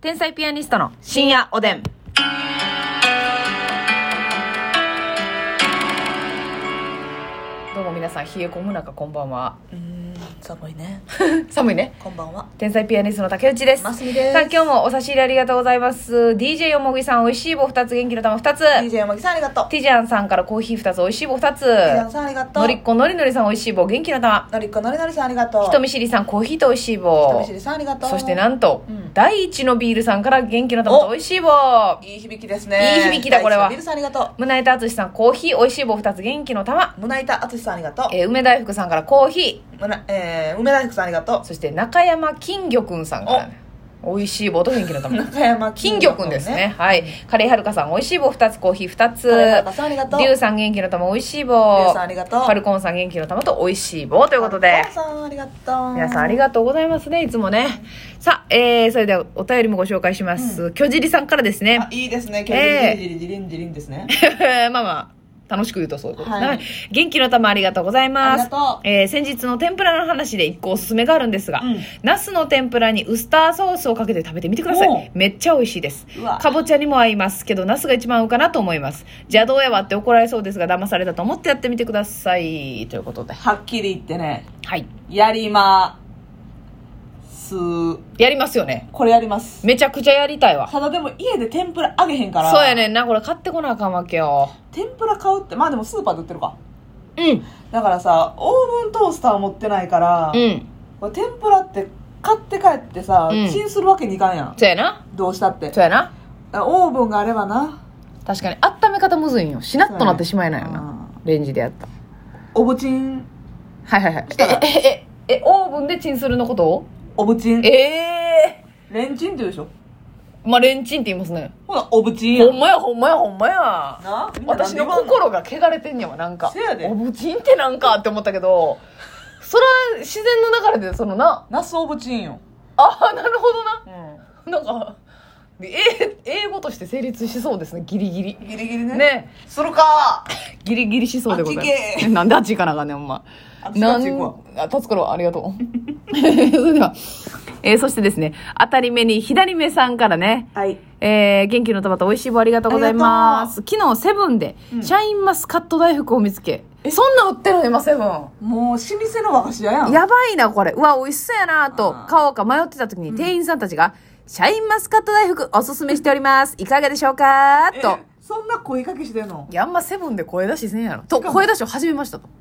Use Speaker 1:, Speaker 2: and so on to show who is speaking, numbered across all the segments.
Speaker 1: 天才ピアニストの深夜おでん。どうも皆さん、冷え込む中、こんばんは。
Speaker 2: うーん寒いね。
Speaker 1: 寒いね。
Speaker 2: こんばんは。
Speaker 1: 天才ピアニストの竹内です。
Speaker 2: ますみです
Speaker 1: さあ、今日もお差し入れありがとうございます。DJ おもぎさん、美味しい棒2つ、元気の玉2つ。
Speaker 2: DJ 山木さんありがとう。
Speaker 1: ティジャンさんからコーヒー2つ、美味しい棒2つ。
Speaker 2: ティジャンさんありがとう。
Speaker 1: のりっこのりのりさん、美味しい棒、元気の玉。
Speaker 2: のりっこのりのりさんありがとう。
Speaker 1: 人見知りさん、コーヒーと美味しい
Speaker 2: 人
Speaker 1: 棒
Speaker 2: 見。知りさんありがとう。
Speaker 1: そしてなんと、
Speaker 2: うん
Speaker 1: 第一のビールさんから元気の玉と
Speaker 2: お
Speaker 1: 美味しい棒。
Speaker 2: いい響きですね。
Speaker 1: いい響きだこれは
Speaker 2: ビルさんありがと
Speaker 1: 胸板淳さん、コーヒー、美味しい棒2つ、元気の玉。
Speaker 2: う。胸板敦さんありがとう。
Speaker 1: えー梅大福さんからコーヒ
Speaker 2: むなえー、梅田福さんありがとう
Speaker 1: ー。。そして中山金魚くんさんから、ね、美味しい棒と元気の玉。
Speaker 2: 中山
Speaker 1: 金魚くんですね。。はい。カレーはるかさん、美味しい棒2つ、コーヒー2つ。
Speaker 2: カレーはるかさんありがとう
Speaker 1: リュウさん、元気の玉、美味しい棒。
Speaker 2: リュウさんありがとう
Speaker 1: ファルコンさん、元気の玉と美味しい棒ということで
Speaker 2: パ。ンさんありがとう。
Speaker 1: 皆さんありがとうございますね、いつもね。さあ、えー、それではお便りもご紹介します。巨尻さんからですね。
Speaker 2: あいいですね。今
Speaker 1: ええ
Speaker 2: 日ジリジリジリンジリンですね。
Speaker 1: まあまあ、楽しく言うとそういうことですね。
Speaker 2: はい
Speaker 1: 元気の玉ありがとうございます。
Speaker 2: ありがとう
Speaker 1: えー先日の天ぷらの話で一個おすすめがあるんですが、
Speaker 2: うん
Speaker 1: ナスの天ぷらにウスターソースをかけて食べてみてくださ
Speaker 2: お。
Speaker 1: いうめっちゃ美味しいです
Speaker 2: う。わ
Speaker 1: かぼちゃにも合いますけど、ナスが一番合うかなと思います。邪道やわって怒られそうですが、騙されたと思ってやってみてください。ということで。
Speaker 2: はっきり言ってね、
Speaker 1: はい。
Speaker 2: やりま、す。
Speaker 1: やりますよね。
Speaker 2: これやります。
Speaker 1: めちゃくちゃやりたいわ。
Speaker 2: ただでも家で天ぷら揚げへんから。
Speaker 1: そうやねんな、これ買ってこなあかんわけよ。
Speaker 2: 天ぷら買うってまあでもスーパーで売ってるか
Speaker 1: うん。
Speaker 2: だからさオーブントースター持ってないから、
Speaker 1: うん。
Speaker 2: これ天ぷらって買って帰ってさ、
Speaker 1: うん
Speaker 2: チンするわけにいかんやん
Speaker 1: そうやな。
Speaker 2: どうしたって
Speaker 1: そうやな。
Speaker 2: オーブンがあればな
Speaker 1: 確かに温め方むずいんよしなっとなってしまいないよ
Speaker 2: そうやね
Speaker 1: な、レンジでやった
Speaker 2: おぶちん
Speaker 1: はいはいはい
Speaker 2: たら
Speaker 1: えええええオーブンでチンするのことを
Speaker 2: おぶちん
Speaker 1: ええ
Speaker 2: レンチンって言うでしょ
Speaker 1: まあレンチンって言いますね
Speaker 2: ほなおぶちんや
Speaker 1: ほ
Speaker 2: ん
Speaker 1: んまやほんまやほんまや
Speaker 2: なみんな
Speaker 1: 私の
Speaker 2: なんで言わ
Speaker 1: 心
Speaker 2: ん
Speaker 1: が汚れてんねやわなんか
Speaker 2: せやで
Speaker 1: おぶちんってなんかって思ったけどそら自然の流れでそのな
Speaker 2: ナスおぶちんよ、
Speaker 1: ああなるほどな
Speaker 2: う
Speaker 1: なんかえ英語として成立しそうですねギリギリ
Speaker 2: ん、ギリギリね
Speaker 1: ね
Speaker 2: するか
Speaker 1: ギリギリしそうでござい
Speaker 2: あっ
Speaker 1: ま
Speaker 2: ち
Speaker 1: す。
Speaker 2: 行け
Speaker 1: えなんであっち行かなあかんねん、ほんま
Speaker 2: あっ。ち
Speaker 1: な
Speaker 2: こっち行くわ
Speaker 1: ん、あ、立つ頃ありがとう。そ れでは、えーそしてですね、当たり目に左目さんからね、
Speaker 2: はい
Speaker 1: えー元気の玉と美味しい棒ありがとうございます。昨日セブンで、
Speaker 2: うん
Speaker 1: シャインマスカット大福を見つけ、そんな売ってるの今セブン。
Speaker 2: もう老舗の和菓子屋やん
Speaker 1: やばいな、これ。うわ、美味しそうやなと
Speaker 2: あ、ー
Speaker 1: 買おうか迷ってた時に店員さんたちが、シャインマスカット大福おすすめしております。いかがでしょうか
Speaker 2: え
Speaker 1: と。
Speaker 2: そんな声かけしてんの
Speaker 1: いや、あんまセブンで声出しせんやろ。と、声出しを始めましたと。
Speaker 2: うん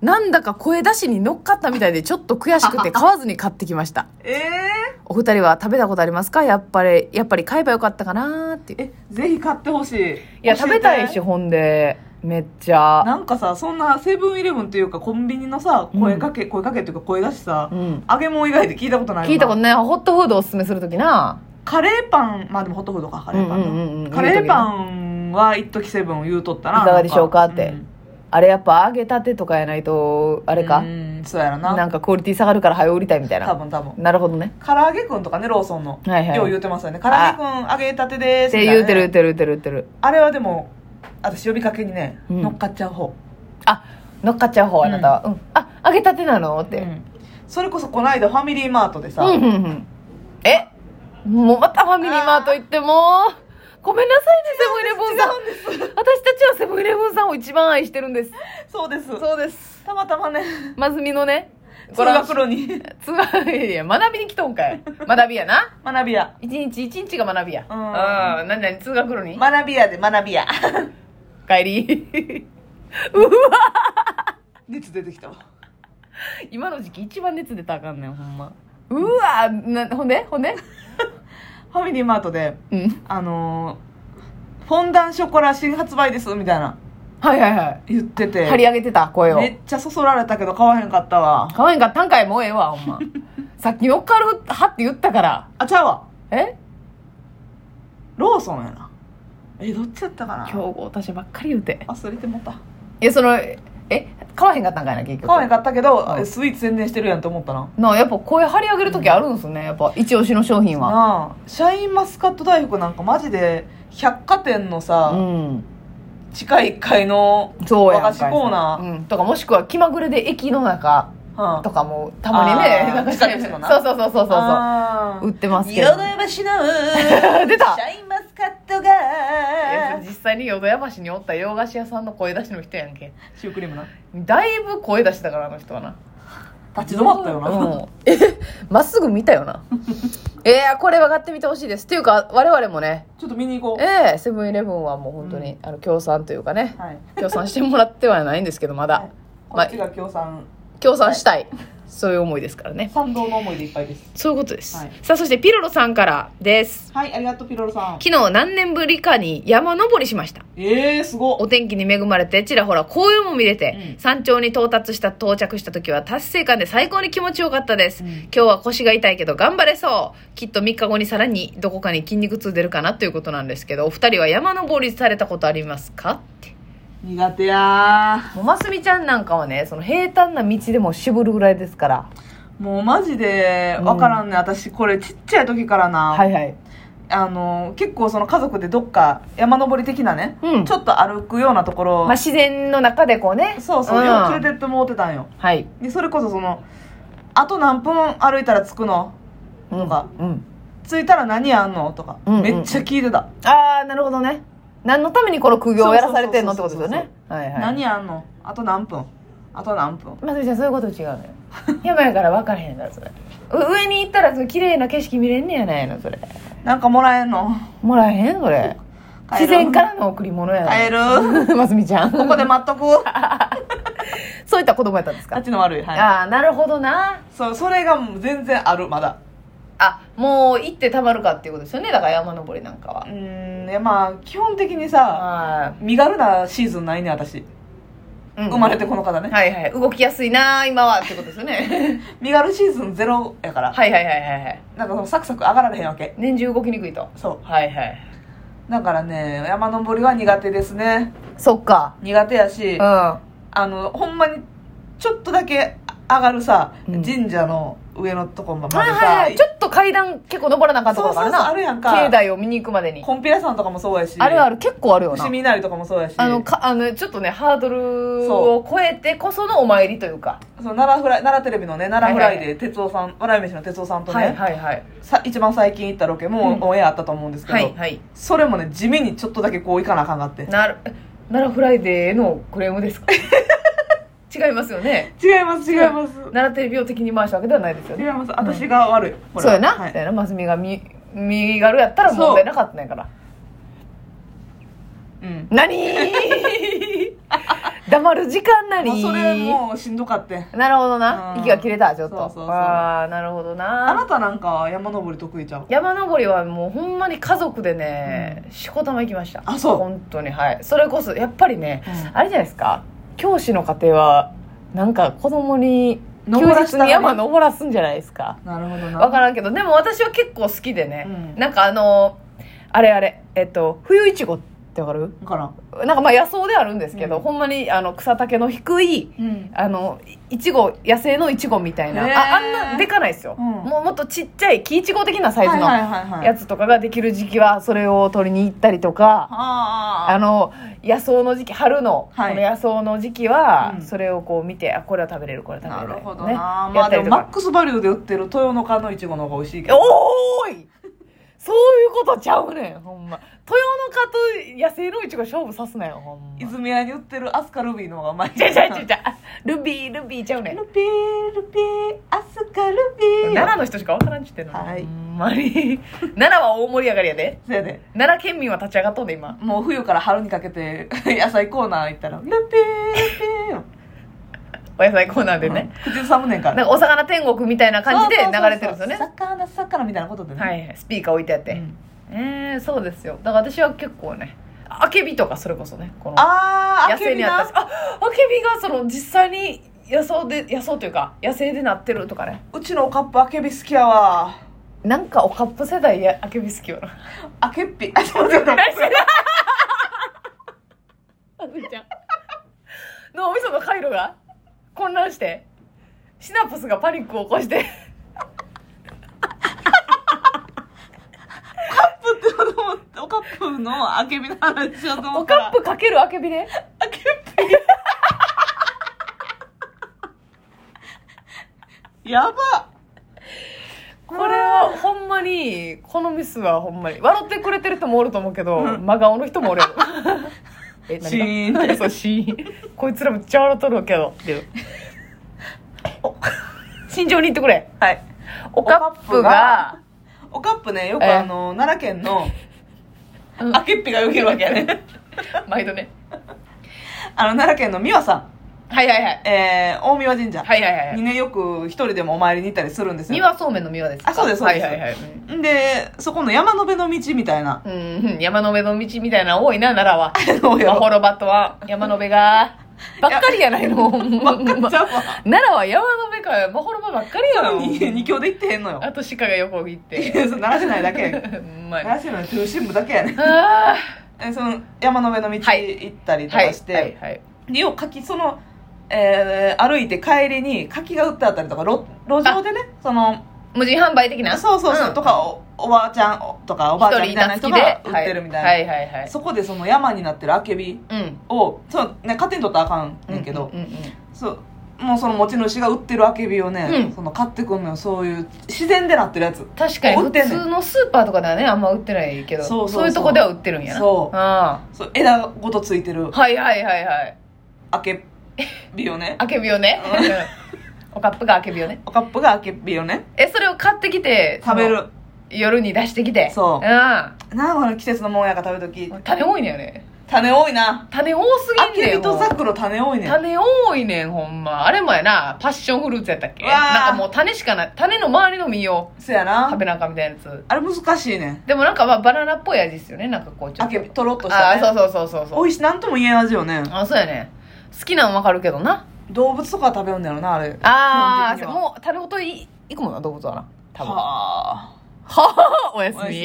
Speaker 1: なんだか声出しに乗っかったみたいでちょっと悔し くて買わずに買ってきました。
Speaker 2: ええ
Speaker 1: お二人は食べたことありますかやっぱり、やっぱり買えばよかったかなーっていう。
Speaker 2: えぜひ買ってほしいい
Speaker 1: いや、食べたいし、ほんで。めっちゃ。
Speaker 2: なんかさそんなセブンイレブンっていうかコンビニのさ声かけ、声かけっていうか声だしさ、
Speaker 1: うん
Speaker 2: 揚げ物以外で聞いたことないよな
Speaker 1: 聞いたことない。ホットフードおすすめするときな。
Speaker 2: カレーパンまあでもホットフードかカレーパンな、
Speaker 1: うんうんうんうん
Speaker 2: カレーパンは一時セブン言うとったない
Speaker 1: かがでしょうかって
Speaker 2: うん
Speaker 1: あれやっぱ揚げたてとかやないと、あれ
Speaker 2: う
Speaker 1: か。
Speaker 2: んそうやろな
Speaker 1: なんかクオリティ下がるから早売りたいみたい
Speaker 2: 多
Speaker 1: な。
Speaker 2: 分多分
Speaker 1: なるほどね。
Speaker 2: 唐揚げくんとかねローソンの、
Speaker 1: はいはい
Speaker 2: よう言うてますよね唐揚げくん揚げたて
Speaker 1: っ
Speaker 2: でーす
Speaker 1: て
Speaker 2: みたい
Speaker 1: 言
Speaker 2: なね
Speaker 1: うてる言うてる言うてる言うてる。
Speaker 2: あれはでも私呼びかけにね、
Speaker 1: うん
Speaker 2: 乗っかっちゃう方
Speaker 1: あ、乗っかっちゃう方、あなたは。うん。あ、揚げたてなのって。
Speaker 2: うんそれこそこの間ファミリーマートでさ、
Speaker 1: うんうんうんえもうまたファミリーマート行ってもごめんなさいねセブンイレブンさん私たちはセブンイレブンさんを一番愛してるんです
Speaker 2: そうです
Speaker 1: そうです
Speaker 2: たまたまね
Speaker 1: まずみのね
Speaker 2: 通学路に
Speaker 1: つがいや学びに来とんかい学びやな
Speaker 2: 学び屋
Speaker 1: 一日一日が学びや
Speaker 2: うん
Speaker 1: うん何何通学路に、
Speaker 2: 学び屋で学び屋
Speaker 1: 帰り うわ
Speaker 2: 熱出てきたわ
Speaker 1: 今の時期一番熱出たらあかんねんほんまうわなほんでほんで
Speaker 2: ファミリーマートで
Speaker 1: うん
Speaker 2: あのー、フォンダンショコラ新発売ですみたいな
Speaker 1: はいはいは
Speaker 2: 言ってて
Speaker 1: い張り上げてた声を
Speaker 2: めっちゃそそられたけど買わへんかったわ
Speaker 1: 可愛いんかったんかいもうええわほんま さっき乗っかるはって言ったから
Speaker 2: あちゃうわ
Speaker 1: え
Speaker 2: ローソンやなえどっちやったかな
Speaker 1: 競合他社ばっかり言うて
Speaker 2: 忘れてもった
Speaker 1: いやそのえ買わへんかったんかいな結局
Speaker 2: 買わへんかったけど、
Speaker 1: うん
Speaker 2: えスイーツ宣伝してるやんと思ったな
Speaker 1: なあやっぱ声張り上げる時あるんすねやっぱ一押しの商品は
Speaker 2: なあシャインマスカット大福なんかマジで百貨店のさ、
Speaker 1: うん
Speaker 2: 地下1階の
Speaker 1: そうやんかい
Speaker 2: 和菓子コーナー
Speaker 1: うん、とかもしくは気まぐれで駅の中
Speaker 2: は
Speaker 1: とかもたまにね
Speaker 2: あー
Speaker 1: なんかし
Speaker 2: 近いですもんな
Speaker 1: そうそうそうそうそう
Speaker 2: あ
Speaker 1: そう売
Speaker 2: ー
Speaker 1: ってますけど
Speaker 2: 淀橋 の
Speaker 1: 出た
Speaker 2: シャインマスカット
Speaker 1: いや
Speaker 2: が
Speaker 1: 実際に淀屋橋におった洋菓子屋さんの声出しの人やんけ
Speaker 2: シュークリームな
Speaker 1: だいぶ声出してたからあの人はな
Speaker 2: 立ち止まったよな、
Speaker 1: うんえまっすぐ見たよなえー、これは買ってみてほしいですっていうか我々もね
Speaker 2: ちょっと見に行こう
Speaker 1: ええセブンイレブンはもう本当に、
Speaker 2: う
Speaker 1: あの協賛というかね
Speaker 2: はい
Speaker 1: 協賛してもらってはないんですけどまだ、
Speaker 2: はいこ
Speaker 1: まあ
Speaker 2: っちが協賛
Speaker 1: 協賛したいそういう思いですからね
Speaker 2: 賛同の思いでいっぱいです
Speaker 1: そういうことです、
Speaker 2: はい
Speaker 1: さあそしてピロロさんからです
Speaker 2: はいありがとうピロロさん
Speaker 1: 昨日何年ぶりかに山登りしました
Speaker 2: えー、すごっ
Speaker 1: お天気に恵まれてちらほら紅葉も見れて、
Speaker 2: うん
Speaker 1: 山頂に到達した到着した時は達成感で最高に気持ちよかったです、
Speaker 2: うん
Speaker 1: 今日は腰が痛いけど頑張れそうきっと3日後にさらにどこかに筋肉痛出るかなということなんですけどお二人は山登りされたことありますかって
Speaker 2: 苦手や
Speaker 1: もうますみちゃんなんかはねその平坦な道でも渋るぐらいですから
Speaker 2: ーもうマジでわからんね、私これちっちゃい時からな、
Speaker 1: はいはい
Speaker 2: あの結構その家族でどっか山登り的なね、
Speaker 1: うん
Speaker 2: ちょっと歩くようなところ、
Speaker 1: まあ、自然の中でこうね
Speaker 2: そうそう、
Speaker 1: ん
Speaker 2: よく連れてってもらってたんよ
Speaker 1: はい
Speaker 2: でそれこそそのあと何分歩いたら着くのとか、
Speaker 1: うん、
Speaker 2: 着いたら何あんのとか、
Speaker 1: うんうん
Speaker 2: めっちゃ聞いてた、
Speaker 1: ああなるほどね何のためにこの苦行をやらされてんのってことですよ
Speaker 2: そう
Speaker 1: ね
Speaker 2: そう
Speaker 1: はいはい
Speaker 2: 何あんのあと何分あと何分
Speaker 1: まつりちゃんそういうこと違うのよ山やから分からへんからそれう上に行ったらその綺麗な景色見れんねやないのそれ
Speaker 2: なんかもらえんの
Speaker 1: もらえへんそれ
Speaker 2: 帰 る
Speaker 1: 自然からの贈り物やない
Speaker 2: 帰る
Speaker 1: ますみちゃん
Speaker 2: ここで待っ とく
Speaker 1: そういった子供やったんです
Speaker 2: あ
Speaker 1: か
Speaker 2: っちの悪いはい
Speaker 1: ああなるほどな
Speaker 2: そうそれがもう全然あるまだ
Speaker 1: あもう行ってたまるかっていうことですよねだから山登りなんか
Speaker 2: う
Speaker 1: は
Speaker 2: ーんいやまあ基本的にさ
Speaker 1: あ
Speaker 2: 身軽なシーズンないね私
Speaker 1: あ、うん
Speaker 2: 生まれてこの方ね、
Speaker 1: はいはい動きやすいな今はってことですよ ね
Speaker 2: 身軽シーズンゼロやから、
Speaker 1: はいはいはいはいはい
Speaker 2: なんかそのサクサク上がられへんわけ
Speaker 1: 年中動きにくいと
Speaker 2: そ
Speaker 1: はいはいう
Speaker 2: だからね山登りは苦手ですね
Speaker 1: そっか
Speaker 2: 苦手やし、
Speaker 1: うんは
Speaker 2: あのほんまにちょっとだけ上がるさ、
Speaker 1: うん
Speaker 2: 神社の上のとこまで
Speaker 1: い
Speaker 2: さ、
Speaker 1: はいはいちょっと階段結構登らなあかんとこだからな
Speaker 2: そうそうそうあるやんか
Speaker 1: 境内を見に行くまでに
Speaker 2: コンピラさんとかもそうやし
Speaker 1: あるある結構あるよな
Speaker 2: 伏見稲荷とかもそうやし
Speaker 1: あのかあのちょっとねハードルを超えてこそのお参りというか
Speaker 2: その奈良フライ奈良テレビのね奈良フライ
Speaker 1: はい
Speaker 2: で哲夫さん笑い飯の哲夫さんとね、
Speaker 1: はいはいはい
Speaker 2: さ一番最近行ったロケも
Speaker 1: うん
Speaker 2: オンエアあったと思うんですけど、
Speaker 1: はいはい
Speaker 2: それもね地味にちょっとだけこう行かなあかんがあって
Speaker 1: なる奈良フライデーのクレーム ですか違いますよね
Speaker 2: 違います違います
Speaker 1: 奈良テレビを敵に回したわけではないですよ
Speaker 2: 違い
Speaker 1: ね
Speaker 2: ます私が悪い、これ
Speaker 1: そう
Speaker 2: は
Speaker 1: やな、
Speaker 2: はい
Speaker 1: そうやなますみがみ身軽やったら問題なかったんやから
Speaker 2: うん
Speaker 1: 何黙る時間なり
Speaker 2: もうそれもうしんどかって
Speaker 1: なるほどな
Speaker 2: うん
Speaker 1: 息が切れたちょっと
Speaker 2: そうそうそう
Speaker 1: ああなるほど
Speaker 2: あ
Speaker 1: な
Speaker 2: なたなんかは山登り得意じゃん
Speaker 1: 山登りはもうほんまに家族でね、しこたま行きました
Speaker 2: あそう
Speaker 1: 本当にはいそれこそやっぱりね、
Speaker 2: うん
Speaker 1: あれじゃないですか教師の家庭はなんか子供に休
Speaker 2: 登らし
Speaker 1: 日
Speaker 2: たが
Speaker 1: に
Speaker 2: る
Speaker 1: 山登らすんじゃないですか
Speaker 2: なるほどな
Speaker 1: わからんけどでも私は結構好きでね、
Speaker 2: うん
Speaker 1: なんかあのあれあれえっと冬いちごってわかる
Speaker 2: わからん
Speaker 1: なんかまあ野草ではあるんですけど、
Speaker 2: うん
Speaker 1: ほんまにあの草丈の低い
Speaker 2: うん
Speaker 1: あのいいちご野生のいちごみたいな
Speaker 2: へー
Speaker 1: ああんなでかないですよ、
Speaker 2: うん
Speaker 1: もうもっとちっちゃい木いちご的なサイズ
Speaker 2: はい
Speaker 1: の
Speaker 2: はいはいはい
Speaker 1: やつとかができる時期はそれを取りに行ったりとか、
Speaker 2: ああ
Speaker 1: あの野草の時期春の、
Speaker 2: はい
Speaker 1: この野草の時期は、
Speaker 2: うん
Speaker 1: それをこう見てあこれは食べれるこれは食べ
Speaker 2: な
Speaker 1: れる
Speaker 2: るほどな、
Speaker 1: ね
Speaker 2: ま
Speaker 1: や
Speaker 2: あ
Speaker 1: った
Speaker 2: で
Speaker 1: りと
Speaker 2: もマ
Speaker 1: か
Speaker 2: ックスバリューで売ってる豊の花のいちごの方が美味しいけど
Speaker 1: おーい そういうことちゃうねんほんま豊の花と野生のいちご勝負さすなよほんま
Speaker 2: 泉屋に売ってるアスカルビーの方がうまい
Speaker 1: ちゃちゃちゃちゃルビールビーちゃうねん
Speaker 2: ルビールビーアスカルビー
Speaker 1: 奈良の人しか分からんちゅってんの、
Speaker 2: はい
Speaker 1: ほんまに奈良は大盛り上がりやで
Speaker 2: せやで
Speaker 1: 奈良県民は立ち上がっとんで今
Speaker 2: もう冬から春にかけて野菜コーナー行ったらルビールビーよ
Speaker 1: お野菜コーナーでね、
Speaker 2: うん口ずさむねんから
Speaker 1: なんかお魚天国みたいな感じで
Speaker 2: そうそうそうそう
Speaker 1: 流れてるんですよね
Speaker 2: 魚魚みたいなことでね
Speaker 1: はいはいスピーカー置いてあって、
Speaker 2: うん
Speaker 1: えー、そうですよだから私は結構ねあけびとかそれこそねこの
Speaker 2: あー
Speaker 1: 野
Speaker 2: あけ
Speaker 1: 生
Speaker 2: び
Speaker 1: にあった
Speaker 2: な
Speaker 1: しああけびがその実際に野草で野草というか野生でなってるとかね
Speaker 2: うちのおかっぱあけび好きやわ
Speaker 1: なんかおかっぱ世代やあけび好きよな
Speaker 2: あけっぴあちょっと待って待って
Speaker 1: あずみちゃん脳みその回路が混乱してシナプスがパニックを起こして
Speaker 2: おかっぷのあけびの話しようと思
Speaker 1: お
Speaker 2: った
Speaker 1: カッ
Speaker 2: ら
Speaker 1: プかけるあけびで
Speaker 2: やば
Speaker 1: これはほんまにこのミスはほんまに笑ってくれてる人もおると思うけど、
Speaker 2: うん
Speaker 1: 真顔の人もおるやろえ
Speaker 2: シーンって
Speaker 1: ってそうシーンこいつらめっちゃ笑っとるけどっていうお慎重に言ってくれ
Speaker 2: はい
Speaker 1: おカップが
Speaker 2: おカップねよ
Speaker 1: ええ
Speaker 2: くあの奈良県の
Speaker 1: うん
Speaker 2: あけっぴがよけるわけや ね
Speaker 1: 毎度ね
Speaker 2: あの奈良県の美和さ
Speaker 1: はいはいはい
Speaker 2: ん、えー、大美和神社
Speaker 1: はいはいは
Speaker 2: に
Speaker 1: い
Speaker 2: ねよく一人でもお参りに行ったりするんですよ
Speaker 1: 三輪そうめんの三輪ですか
Speaker 2: あそうですそうです
Speaker 1: はいはいはい
Speaker 2: でそこの山の辺の道みたいな
Speaker 1: うんうん山の上の道みたいなの多いな奈良 は
Speaker 2: おや
Speaker 1: まほろばとは山の上 がばっかりやないの
Speaker 2: ばっかっちゃうわ
Speaker 1: 奈良は山の上かまほろばばっかりやろ
Speaker 2: に二強で行ってへんのよ
Speaker 1: あと鹿が横切っ
Speaker 2: い
Speaker 1: て
Speaker 2: やそう鳴らせないだけやん
Speaker 1: うま
Speaker 2: 鳴
Speaker 1: い
Speaker 2: らせないの中心部だけやね
Speaker 1: あ
Speaker 2: えその山の上の道
Speaker 1: はい
Speaker 2: 行ったり
Speaker 1: ー
Speaker 2: とかして、
Speaker 1: はいはい
Speaker 2: でよう柿その、えー歩いて帰りに柿が売ってあったりとか路路上でねその
Speaker 1: 無人販売的な
Speaker 2: そうそうそう、
Speaker 1: ん
Speaker 2: とかおおばあちゃんおとかおばあちゃんみたいな人が売ってるみたいな、
Speaker 1: はいはいはいはい
Speaker 2: そこでその山になってるあけび
Speaker 1: うん
Speaker 2: をそう、ね、勝手に取ったらあかんねんけど、
Speaker 1: うんうんうん
Speaker 2: そうもうその持ち主が売ってるあけびをね、
Speaker 1: うん
Speaker 2: その買ってくんのよそういう自然でなってるやつ
Speaker 1: 確かに
Speaker 2: 売
Speaker 1: 普
Speaker 2: ってんねん
Speaker 1: 通のスーパーとかではねあんま売ってないけど
Speaker 2: そうそうそう
Speaker 1: いうとこでは売ってるんやな
Speaker 2: そう
Speaker 1: あ
Speaker 2: そう枝ごとついてる
Speaker 1: ーはいはいはいはい
Speaker 2: あけび をね
Speaker 1: あけびをねおカップがあけびをね
Speaker 2: おカップがあけびをね
Speaker 1: えそれを買ってきて
Speaker 2: 食べる
Speaker 1: 夜に出してきて
Speaker 2: そうんなあこの季節のもんやから食べるとき
Speaker 1: 種多いねんよね
Speaker 2: 種多いな
Speaker 1: 種多す
Speaker 2: あ
Speaker 1: ぎんね
Speaker 2: け
Speaker 1: ん
Speaker 2: びとザクロ種多いねん
Speaker 1: 種多いねんほんまあれもやなパッションフルーツやったっけ
Speaker 2: うわー
Speaker 1: なんかもう種しかない種の周りの実を
Speaker 2: そやな
Speaker 1: 食べなあかんみたいなやつ
Speaker 2: あれ難しいねん
Speaker 1: でもなんかまあバナナっぽい味ですよねなんかこうちょ
Speaker 2: あ
Speaker 1: っと
Speaker 2: けびとろっとし
Speaker 1: あ
Speaker 2: た、
Speaker 1: あ
Speaker 2: ね、
Speaker 1: そうそうそうそうそう
Speaker 2: 美味しいなんとも言えん味よね
Speaker 1: あそうやね好きなんわかるけどな
Speaker 2: 動物とか食べるんだよなあれ
Speaker 1: あ
Speaker 2: 基
Speaker 1: あ
Speaker 2: 本的には
Speaker 1: もう種ごといいくもんな動物はな多分は
Speaker 2: はあ
Speaker 1: あおやす
Speaker 2: おやす
Speaker 1: み
Speaker 2: み